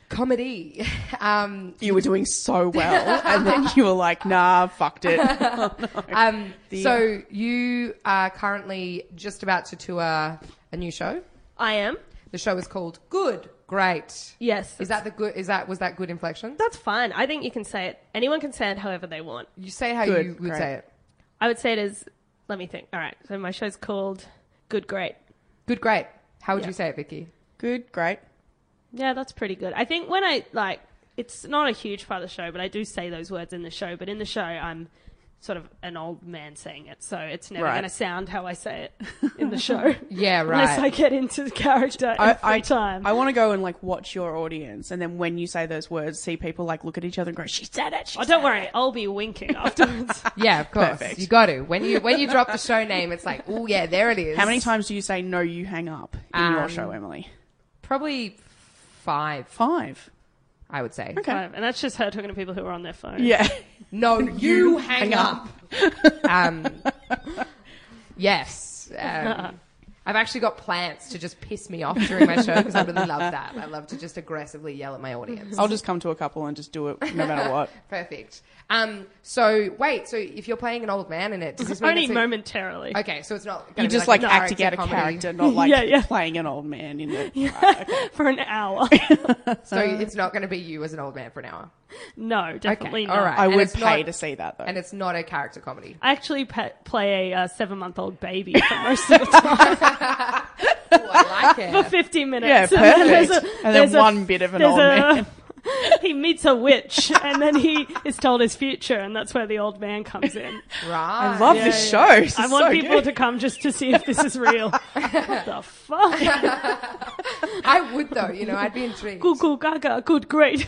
comedy. Um, you were doing so well, and then you were like, "Nah, fucked it." um, The- so you are currently just about to tour a new show. I am. The show is called Good Great. Yes. Is that the good? Is that was that good inflection? That's fine. I think you can say it. Anyone can say it however they want. You say how Good, you would great. say it. I would say it as. Let me think. All right. So my show's called Good Great. Good Great. How would you say it, Vicky? Good, great. Yeah, that's pretty good. I think when I like, it's not a huge part of the show, but I do say those words in the show. But in the show, I'm sort of an old man saying it, so it's never Right. going to sound how I say it in the show. Yeah, Unless I right. get into the character in free time. I want to go and like watch your audience, and then when you say those words, see people like look at each other and go, "She said it." She oh, said don't worry. I'll be winking afterwards. Yeah, of course. Perfect. You got to when you when you drop the show name, it's like, oh yeah, there it is. it." How many times do you say "No, you hang up" in your Um, show, Emily? Probably five, Five. I would say. Okay. Um, and that's just her talking to people who are on their phone. Yeah. No, you hang up. um, yes. Um, I've actually got plans to just piss me off during my show because I really love that. I love to just aggressively yell at my audience. I'll just come to a couple and just do it no matter what. Perfect. Um, so wait, so if you're playing an old man in it, does this mean Only it's a- momentarily. Okay, so it's not. You're just like, acting acting out a character, not like Yeah, yeah. playing an old man in the. Right, okay. for an hour. So Uh. it's not going to be you as an old man for an hour, no, definitely Okay, not. alright. I And would it's pay not- to see that though. and it's not a character comedy. I actually pa play a uh, seven-month-old baby for most of the time Ooh, Oh, I like for it. fifteen minutes. Yeah, And then perfect. there's a- And then there's a- one bit of an there's old man. He meets a witch, and then he is told his future, and that's where the old man comes in. Right. I love this show. This I is want so people good. to come just to see if this is real. what the fuck? I would though. You know, I'd be intrigued. Goo goo gaga. Good, great.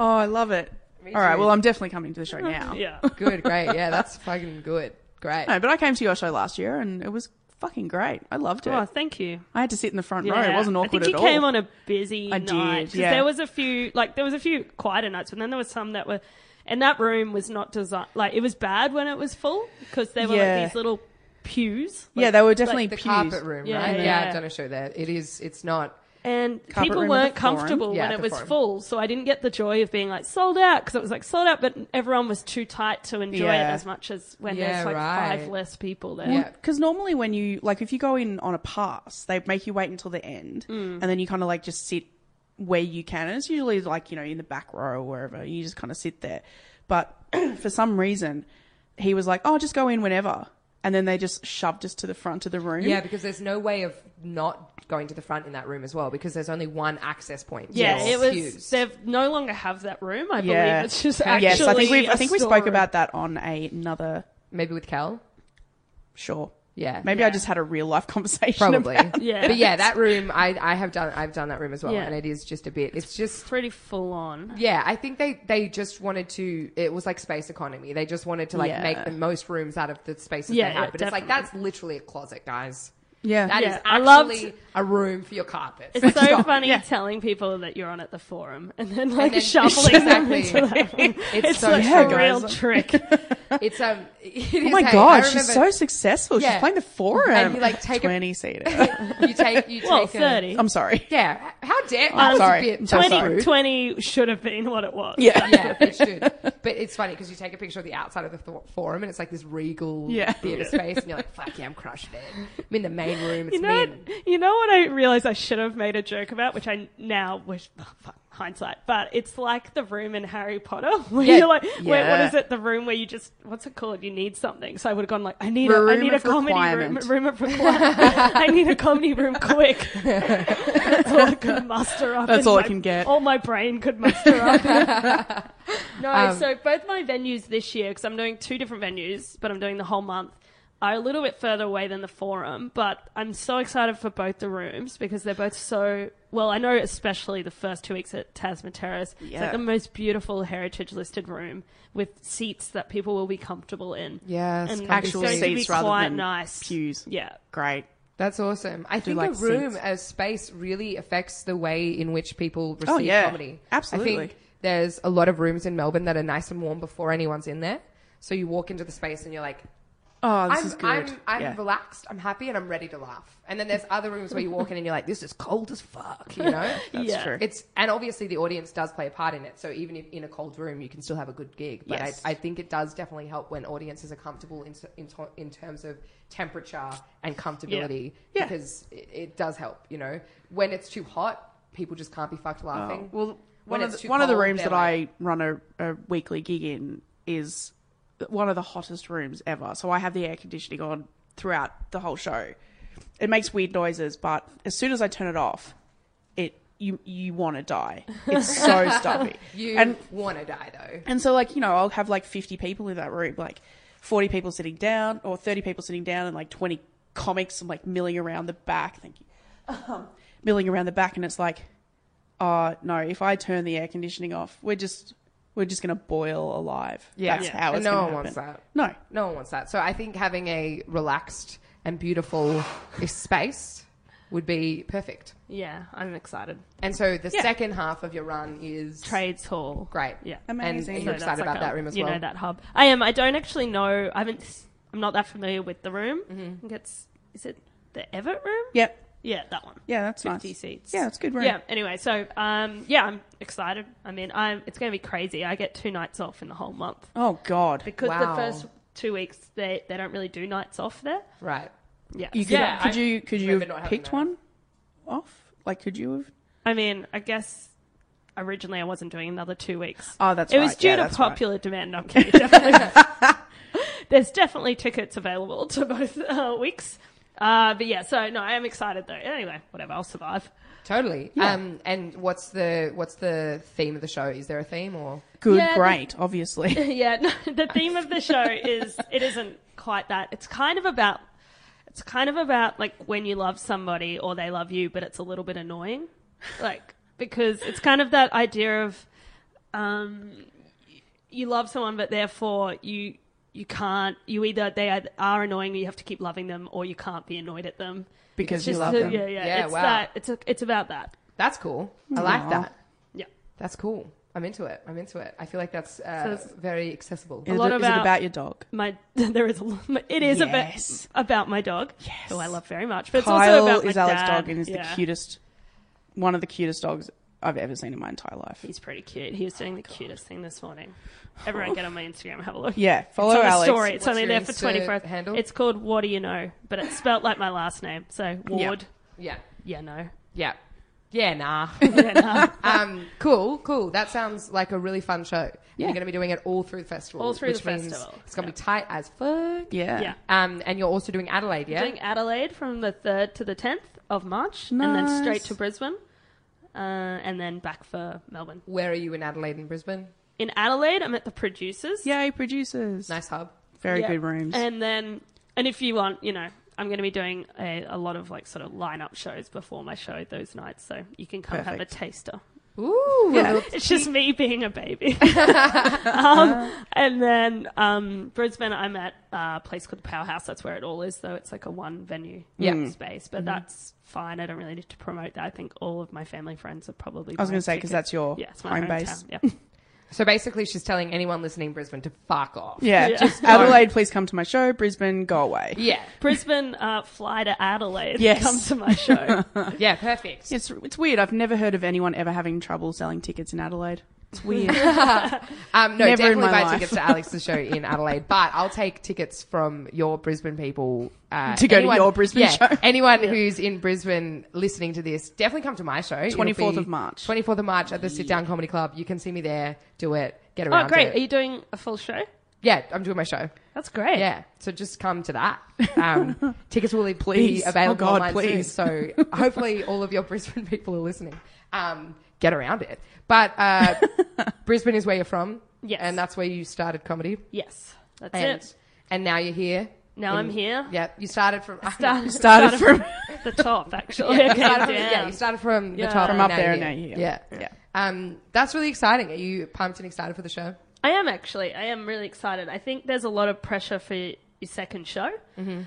Oh, I love it. All right. Well, I'm definitely coming to the show now. yeah. Good, great. Yeah, that's fucking good. Great. No, but I came to your show last year and it was fucking great. I loved it. Oh, thank you. I had to sit in the front row. Yeah. It wasn't awkward I think at you all. came on a busy I did, night. 'cause yeah. There was a few like there was a few quieter nights, but then there was some that were, and that room was not designed like it was bad when it was full because there were Yeah. like these little pews. yeah, like- they were definitely the pews. carpet room, Yeah, right? Yeah, yeah. I've done a show there. It is. It's not. and Carpet people room at weren't the forum. comfortable Yeah, at when the it was forum. full, so I didn't get the joy of being like sold out because it was like sold out, but everyone was too tight to enjoy Yeah. it as much as when Yeah, there's like right. five less people there. Yeah. Because normally when you like, if you go in on a pass, they make you wait until the end, Mm. and then you kind of like just sit where you can. And it's usually like you know in the back row or wherever. You just kind of sit there. But for some reason, he was like, "Oh, just go in whenever," and then they just shoved us to the front of the room. Yeah, because there's no way of not going to the front in that room as well, because there's only one access point. Yeah, Yes. it was. Hughes. They've no longer have that room. I Yeah. believe it's just Okay. actually. Yes, I think we a I think we store spoke room. about that on a, another maybe with Cal. sure. Yeah. Maybe I just had a real life conversation. Probably. about- Yeah. But yeah, that room I, I have done I've done that room as well Yeah. and it is just a bit it's just pretty full on. yeah, I think they they just wanted to it was like space economy. They just wanted to like Yeah. make the most rooms out of the spaces Yeah, they had. yeah, but it's like definitely. that's literally a closet, guys. Yeah. that is Yeah, I loved- actually a room for your carpet. It's so funny telling people that you're on at the forum and then like then- shuffling Exactly. them into that one. It's It's, so like Yeah, a real guys. trick. It's um. it Oh is, my hey, I god, she's remember- so successful. Yeah. She's playing the forum. And you, like, take a- twenty seater. You take you well, take a- thirty. I'm sorry. Yeah. How dare? I'm that was sorry. A bit, I'm that was sorry. 20, rude. 20 should have been what it was. Yeah. yeah, it should. But it's funny because you take a picture of the outside of the th- forum and it's like this regal Yeah. theater space, and you're like, "Fuck yeah, I'm crushing it." I'm in the main room. It's You know, me. you know what I realized I should have made a joke about, which I now wish oh, fuck, hindsight, but it's like the room in Harry Potter where Yeah. you're like, where, what Yeah. is it? The room where you just what's it called? You need something. So I would have gone like, I need Room a, I need a of comedy room, requirement. room of requirement. I need a comedy room quick. That's all I could muster up. That's in all I my- can get. All my brain could muster up. No, Um, so both my venues this year, because I'm doing two different venues, but I'm doing the whole month, are a little bit further away than the forum, but I'm so excited for both the rooms because they're both so well, I know especially the first two weeks at Tasman Terrace. It's Yeah. like the most beautiful heritage listed room with seats that people will be comfortable in. Yes, And comfy it's Actual going to be seats rather quite than nice. pews. Yeah. Great. That's awesome. I think like a room seats. as space really affects the way in which people receive Oh, yeah. comedy. I Absolutely. think there's a lot of rooms in Melbourne that are nice and warm before anyone's in there. So you walk into the space and you're like, Oh, this I'm, is good. I'm, I'm Yeah. relaxed, I'm happy, and I'm ready to laugh. And then there's other rooms where you walk in and you're like, this is cold as fuck, you know? That's Yeah. true. It's and obviously the audience does play a part in it. So even if in a cold room, you can still have a good gig. But Yes. I, I think it does definitely help when audiences are comfortable in in, to- in terms of temperature and comfortability Yeah. because it, it does help. You know, when it's too hot, people just can't be fucked laughing. Oh. Well, When one, it's of too the, one of the cold, rooms they're that like- I run a, a weekly gig in is one of the hottest rooms ever. So I have the air conditioning on throughout the whole show. It makes weird noises, but as soon as I turn it off, it you you want to die. It's so stuffy. you and want to die though. and so, like, you know, I'll have like 50 people in that room, like 40 people sitting down or 30 people sitting down and like 20 comics and like milling around the back. Thank you. Um, milling around the back. And it's like, oh, no, if I turn the air conditioning off, we're just, we're just going to boil alive. Yeah. That's Yeah. how And it's no gonna one wants happen. that. No. No one wants that. So I think having a relaxed and beautiful space would be perfect. Yeah, I'm excited. And so the second half of your run is Trades Hall. Great. Yeah. Amazing. And So you're that's excited like about a- that room as you well. know that hub. I am. I don't actually know. I haven't. s- I'm not that familiar with the room. Mm-hmm. I think it's is it the Everett room? Yep. Yeah, that one. Yeah, that's 50 nice. seats. Yeah, it's good room. Yeah. Anyway, so um, yeah, I'm excited. I mean, I'm. It's going to be crazy. I get two nights off in the whole month Oh, God. because Wow. the first two weeks they they don't really do nights off there. Right. Yeah. You could, Yeah, could I you, could you remember not have having picked that. one off? Like, could you have? I mean, I guess. Originally, I wasn't doing another two weeks. Oh, that's it was right. due Yeah, to that's right. popular demand. No, I'm kidding. It definitely- There's definitely tickets available to both uh, weeks. Uh, but yeah, so no, I am excited though. Anyway, whatever, I'll survive. Totally. Um and what's the what's the theme of the show? Is there a theme or Good, Yeah, the- great, obviously. yeah, no, the theme of the show is it isn't quite that. It's kind of about it's kind of about like when you love somebody or they love you, but it's a little bit annoying, like because it's kind of that idea of um, y- you love someone, but therefore you you can't you either they are- are annoying, you have to keep loving them, or you can't be annoyed at them Because It's you just love the- them. Yeah, yeah, Yeah, it's wow. that. It's a, it's about that. That's cool. I like that. Yeah. That's cool. I'm into it. I'm into it. I feel like that's uh, So it's- very accessible. Is lot it- is it about- about your dog? my there is a lo- it is Yes. a bit about my dog who I love very much but it's Kyle also about my is Alex's dad. dog and is Yeah. the cutest, one of the cutest dogs I've ever seen in my entire life. he's pretty cute he was doing the cutest thing this morning everyone get on my Instagram and have a look Oh, Yeah, follow it's on the Alex. story it's What's only your there for Insta 24 handle? it's called what do you know but it's spelt like my last name so Ward Yeah. yeah, no uh, Yeah. Yeah, nah. um, cool, cool. That sounds like a really fun show. You're going to be doing it all through the festival. All through which the means festival. It's going to be tight as fuck. Yeah. yeah Um, and you're also doing Adelaide, yeah? doing Adelaide from the 3rd to the 10th of March and then straight Nice. to Brisbane uh, and then back for Melbourne Where are you in Adelaide and Brisbane? in Adelaide I'm at the producers Yay, producers. Nice hub. Very Yeah. good rooms. And then, and if you want, you know, I'm going to be doing a, a lot of like sort of lineup shows before my show those nights, so you can come have a Perfect. taster. Ooh, You know, it's just me being a baby. um, and then um, Brisbane, I'm at a place called the Powerhouse. That's where it all is, though. It's like a one venue Mm. space, Mm-hmm. but that's fine. I don't really need to promote that. I think all of my family friends are probably. I was going to say, 'cause that's your yeah, it's my home home base. Yeah. So basically, she's telling anyone listening in Brisbane to fuck off. Yeah, just Adelaide, please come to my show. Brisbane, go away. Yeah. Brisbane, uh, fly to Adelaide. Yes. Come to my show. Oh, Yeah, perfect. It's it's weird. I've never heard of anyone ever having trouble selling tickets in Adelaide. It's weird. Um, no, Never in definitely my buy life. tickets to Alex's show in Adelaide, but I'll take tickets from your Brisbane people. Uh, To go to your Brisbane yeah, show. Anyone who's in Brisbane listening to this, definitely come to my show. It'll 24th be of March. 24th of March at the Sit Down Comedy Club. You can see me there. Do it. Get around oh, to great. it. Are you doing a full show? Yeah, I'm doing my show. That's great. Yeah, so just come to that. Um, tickets will Please. be available Oh, God, online please. soon. So hopefully, all of your Brisbane people are listening. Um, get around it. But uh, Brisbane is where you're from. Yes. and that's where you started comedy. Yes. That's And, it. and now you're here. Now I'm here. Yep, you started from. Started, Started from the top, actually. you Okay, started from, down. yeah, you started from Yeah. the top. From and up you're there and now you're Yeah. here. yeah. Um, that's really exciting. Are you pumped and excited for the show? I am actually. I am really excited. I think there's a lot of pressure for your second show. Mm-hmm.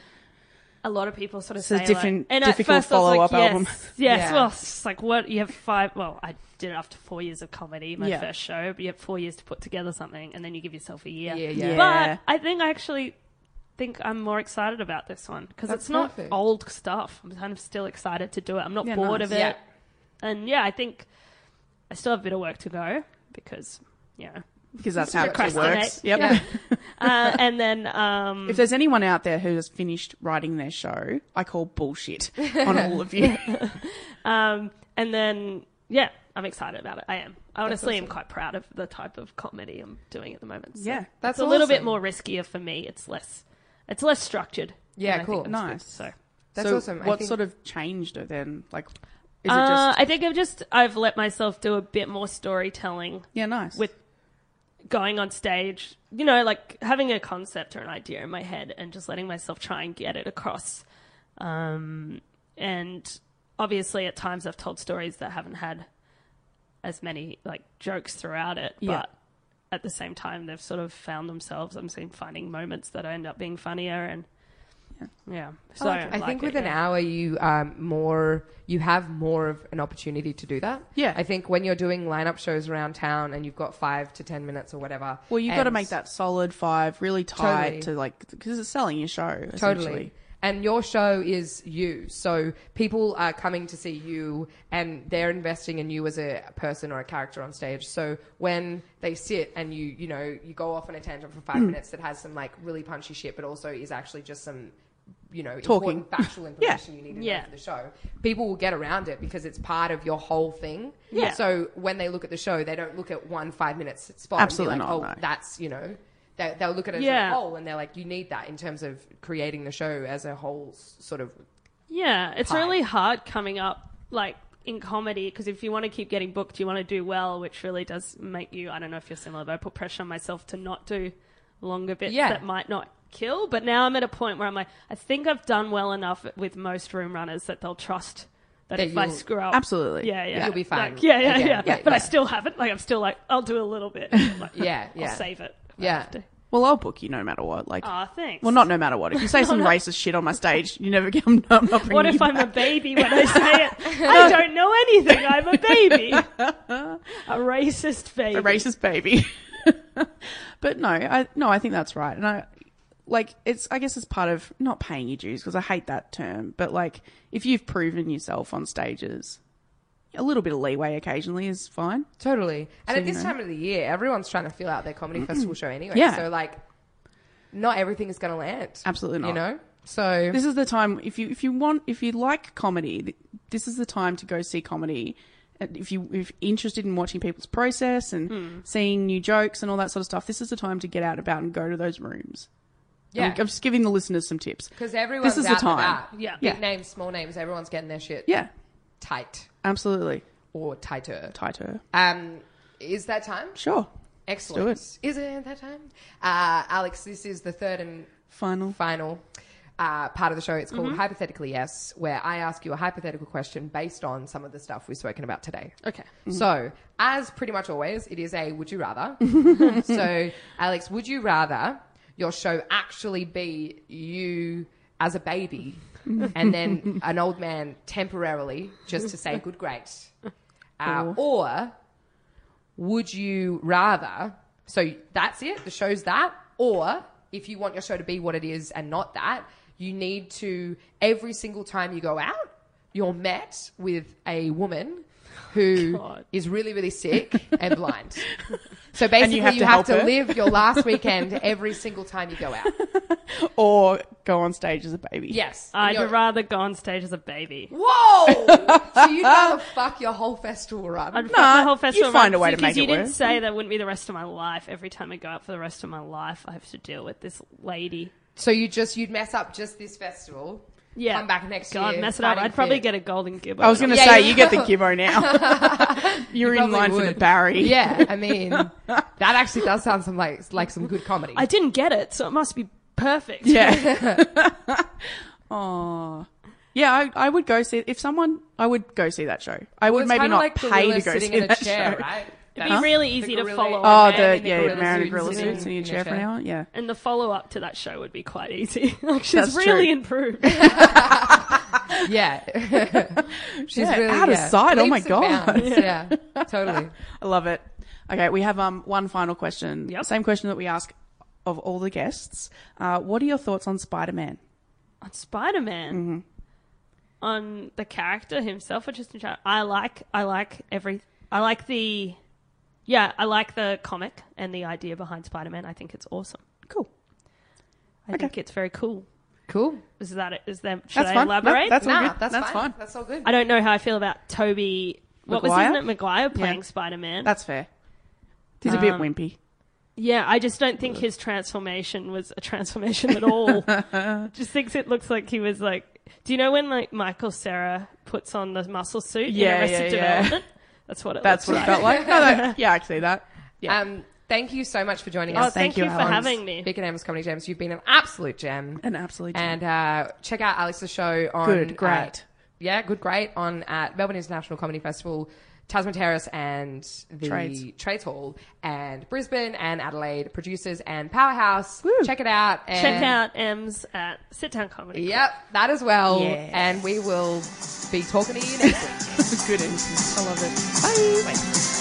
A lot of people sort of It's a say different- like, and difficult at first I was follow-up like, album. Yes, yes. Yeah. Well, it's just like what you have five. Well, I did it after four years of comedy, my Yeah. first show. But you have four years to put together something, and then you give yourself a year. Yeah, yeah. Yeah. But I think I actually think I'm more excited about this one because That's it's not perfect. old stuff. I'm kind of still excited to do it. I'm not Yeah, bored nice. of it. Yeah. And yeah, I think I still have a bit of work to go because yeah. because that's how it Procrastinate. works. Yep. Yeah. uh, and then um, If there's anyone out there who has finished writing their show, I call bullshit on all of you. um, and then yeah, I'm excited about it. I am. I honestly am quite proud of the type of comedy I'm doing at the moment. So Yeah. That's it's a little bit awesome. more riskier for me. It's less, it's less structured. Yeah, and I cool. think that's good. Nice. So. That's so awesome. I What think- sort of changed it then? Like, is it Uh, just I think I've just I've let myself do a bit more storytelling yeah, nice with going on stage, you know, like having a concept or an idea in my head and just letting myself try and get it across. Um, and obviously, at times I've told stories that haven't had as many like jokes throughout it, Yeah. but at the same time, they've sort of found themselves. I'm seeing finding moments that end up being funnier and. Yeah. So Oh, I, like think it, with an yeah. hour, you um, more you have more of an opportunity to do that. Yeah. I think when you're doing lineup shows around town and you've got five to ten minutes or whatever. Well, you've got to and- make that solid five really tight Totally. to like because it's selling your show totally. essentially. And your show is you, so people are coming to see you, and they're investing in you as a person or a character on stage. So when they sit and you, you know, you go off on a tangent for Mm. five minutes that has some like really punchy shit, but also is actually just some, you know, Talking. important factual information you need to know Yeah. for the show. People will get around it because it's part of your whole thing. Yeah. So when they look at the show, they don't look at one five minute s- spot. Absolutely and be not, like, no. Oh, that's you know. They, they'll look at it Yeah. as a whole and they're like, you need that in terms of creating the show as a whole s- sort of. Yeah, it's pie. really hard coming up like in comedy because if you want to keep getting booked, you want to do well, which really does make you. I don't know if you're similar, but I put pressure on myself to not do longer bits Yeah. that might not kill. But now I'm at a point where I'm like, I think I've done well enough with most room runners that they'll trust that, That if I you'll- screw up, Absolutely. yeah, yeah, You'll be fine Like, yeah, yeah, again. yeah, Yeah, But I yeah. still haven't. Like I'm still like, I'll do a little bit. Like, Yeah, yeah. I'll save it. if I Yeah. have to. Well, I'll book you no matter what. Like, Aw, thanks. well, not no matter what. If you say some racist shit on my stage, you never get. I'm not, I'm not bringing What you if I'm a back. baby when I say it? I don't know anything. I'm a baby. A racist baby. a racist baby. but no, I no, I think that's right. And I like it's I guess it's part of not paying your dues because I hate that term, but like if you've proven yourself on stages, a little bit of leeway occasionally is fine. Totally. And at you this know. time of the year, everyone's trying to fill out their comedy festival show anyway. Yeah. So, like, not everything is going to land. Absolutely not. You know? So, This is the time if you if you want if you like comedy, th- this is the time to go see comedy. And If you if you're interested in watching people's process and Hmm. seeing new jokes and all that sort of stuff, this is the time to get out and about and go to those rooms. yeah. I'm, I'm just giving the listeners some tips Because everyone's this is out the time. And about. Yeah. Big Yeah. names, small names, everyone's getting their shit Yeah, tight absolutely. or tighter. Tighter. Um, is that time? Sure. Excellent. Let's Is it that time? Uh, Alex, this is the third and Final. final uh, part of the show. It's called Hypothetically Yes, where I ask you a hypothetical question based on some of the stuff we've spoken about today. Mm-hmm. Okay. So, as pretty much always, it is a would you rather. so, Alex, would you rather your show actually be you as a baby and then an old man temporarily just to say good great? Uh, or would you rather, so that's it, the show's that, or if you want your show to be what it is and not that, you need to, every single time you go out, you're met with a woman who is God. really, really sick and blind. So basically, you have have to to, help her? live your last weekend every single time you go out. or go on stage as a baby. Yes. I'd You're- rather go on stage as a baby. Whoa! so you'd rather fuck your whole festival run. I'd fuck the whole festival you'd find a run way to because make it you didn't work. say that wouldn't be the rest of my life. Every time I go out for the rest of my life, I have to deal with this lady. so you just, you'd mess up just this festival. Yeah, Come back next God, year, mess it up. fighting I'd probably fit. get a golden gibbon. I was going to Yeah, say, you- you get the Gibbo now. You're in probably line for the would. Barry. Yeah, I mean, that actually does sound some like like some good comedy. I didn't get it, so it must be perfect. Yeah. Aw. Yeah, I, I would go see if someone. I would go see that show. I would It's maybe kinda not like pay gorilla to go sitting see in a that chair, show. right? It'd be That's- really the easy to gorilla follow. Oh, Oh, on the and yeah, gorilla Marin suits gorilla sitting suits in your in a chair for an chair. hour. Yeah. And the follow up to that show would be quite easy. Like she's That's really true. improved. yeah, she's Yeah, really out of sight. Oh my Leaps and God. bounds. Yeah. totally. I love it. Okay, we have um one final question. Yep. Same question that we ask of all the guests. Uh, what are your thoughts on Spider Man? on Spider Man, Mm-hmm. on the character himself, or just in general. I like, I like every, I like the, yeah, I like the comic and the idea behind Spider Man. I think it's awesome. Cool. I think it's very cool. Cool. Is that is them? Should That's I fine. No, elaborate? that's all Nah, good. that's, That's fine. fine. That's all good. I don't know how I feel about Toby. What was Maguire? his name? Maguire playing Yeah. Spider Man. That's fair. He's a bit Um, wimpy. Yeah, I just don't think his transformation was a transformation at all. just thinks it looks like he was like. Do you know when like Michael Sarah puts on the muscle suit Yeah, in Arrested yeah, yeah. Development? That's what it. That's looks what it like. felt like. No, no, yeah, I can see that. Yeah. Um, thank you so much for joining Oh, us. thank, thank you, you, for Alex. having me. Big and Amos Comedy Jams, you've been an absolute gem. An absolute gem. And uh, check out Alex's show on Good, great. at- yeah, good, great on at Melbourne International Comedy Festival, Tasman Terrace, and the Trades. Trades Hall, and Brisbane and Adelaide producers and Powerhouse. Check it out. And Check out M's at Sit Down Comedy. Yep, that as well. Yes. And we will be talking to you next week. good entrance. I love it.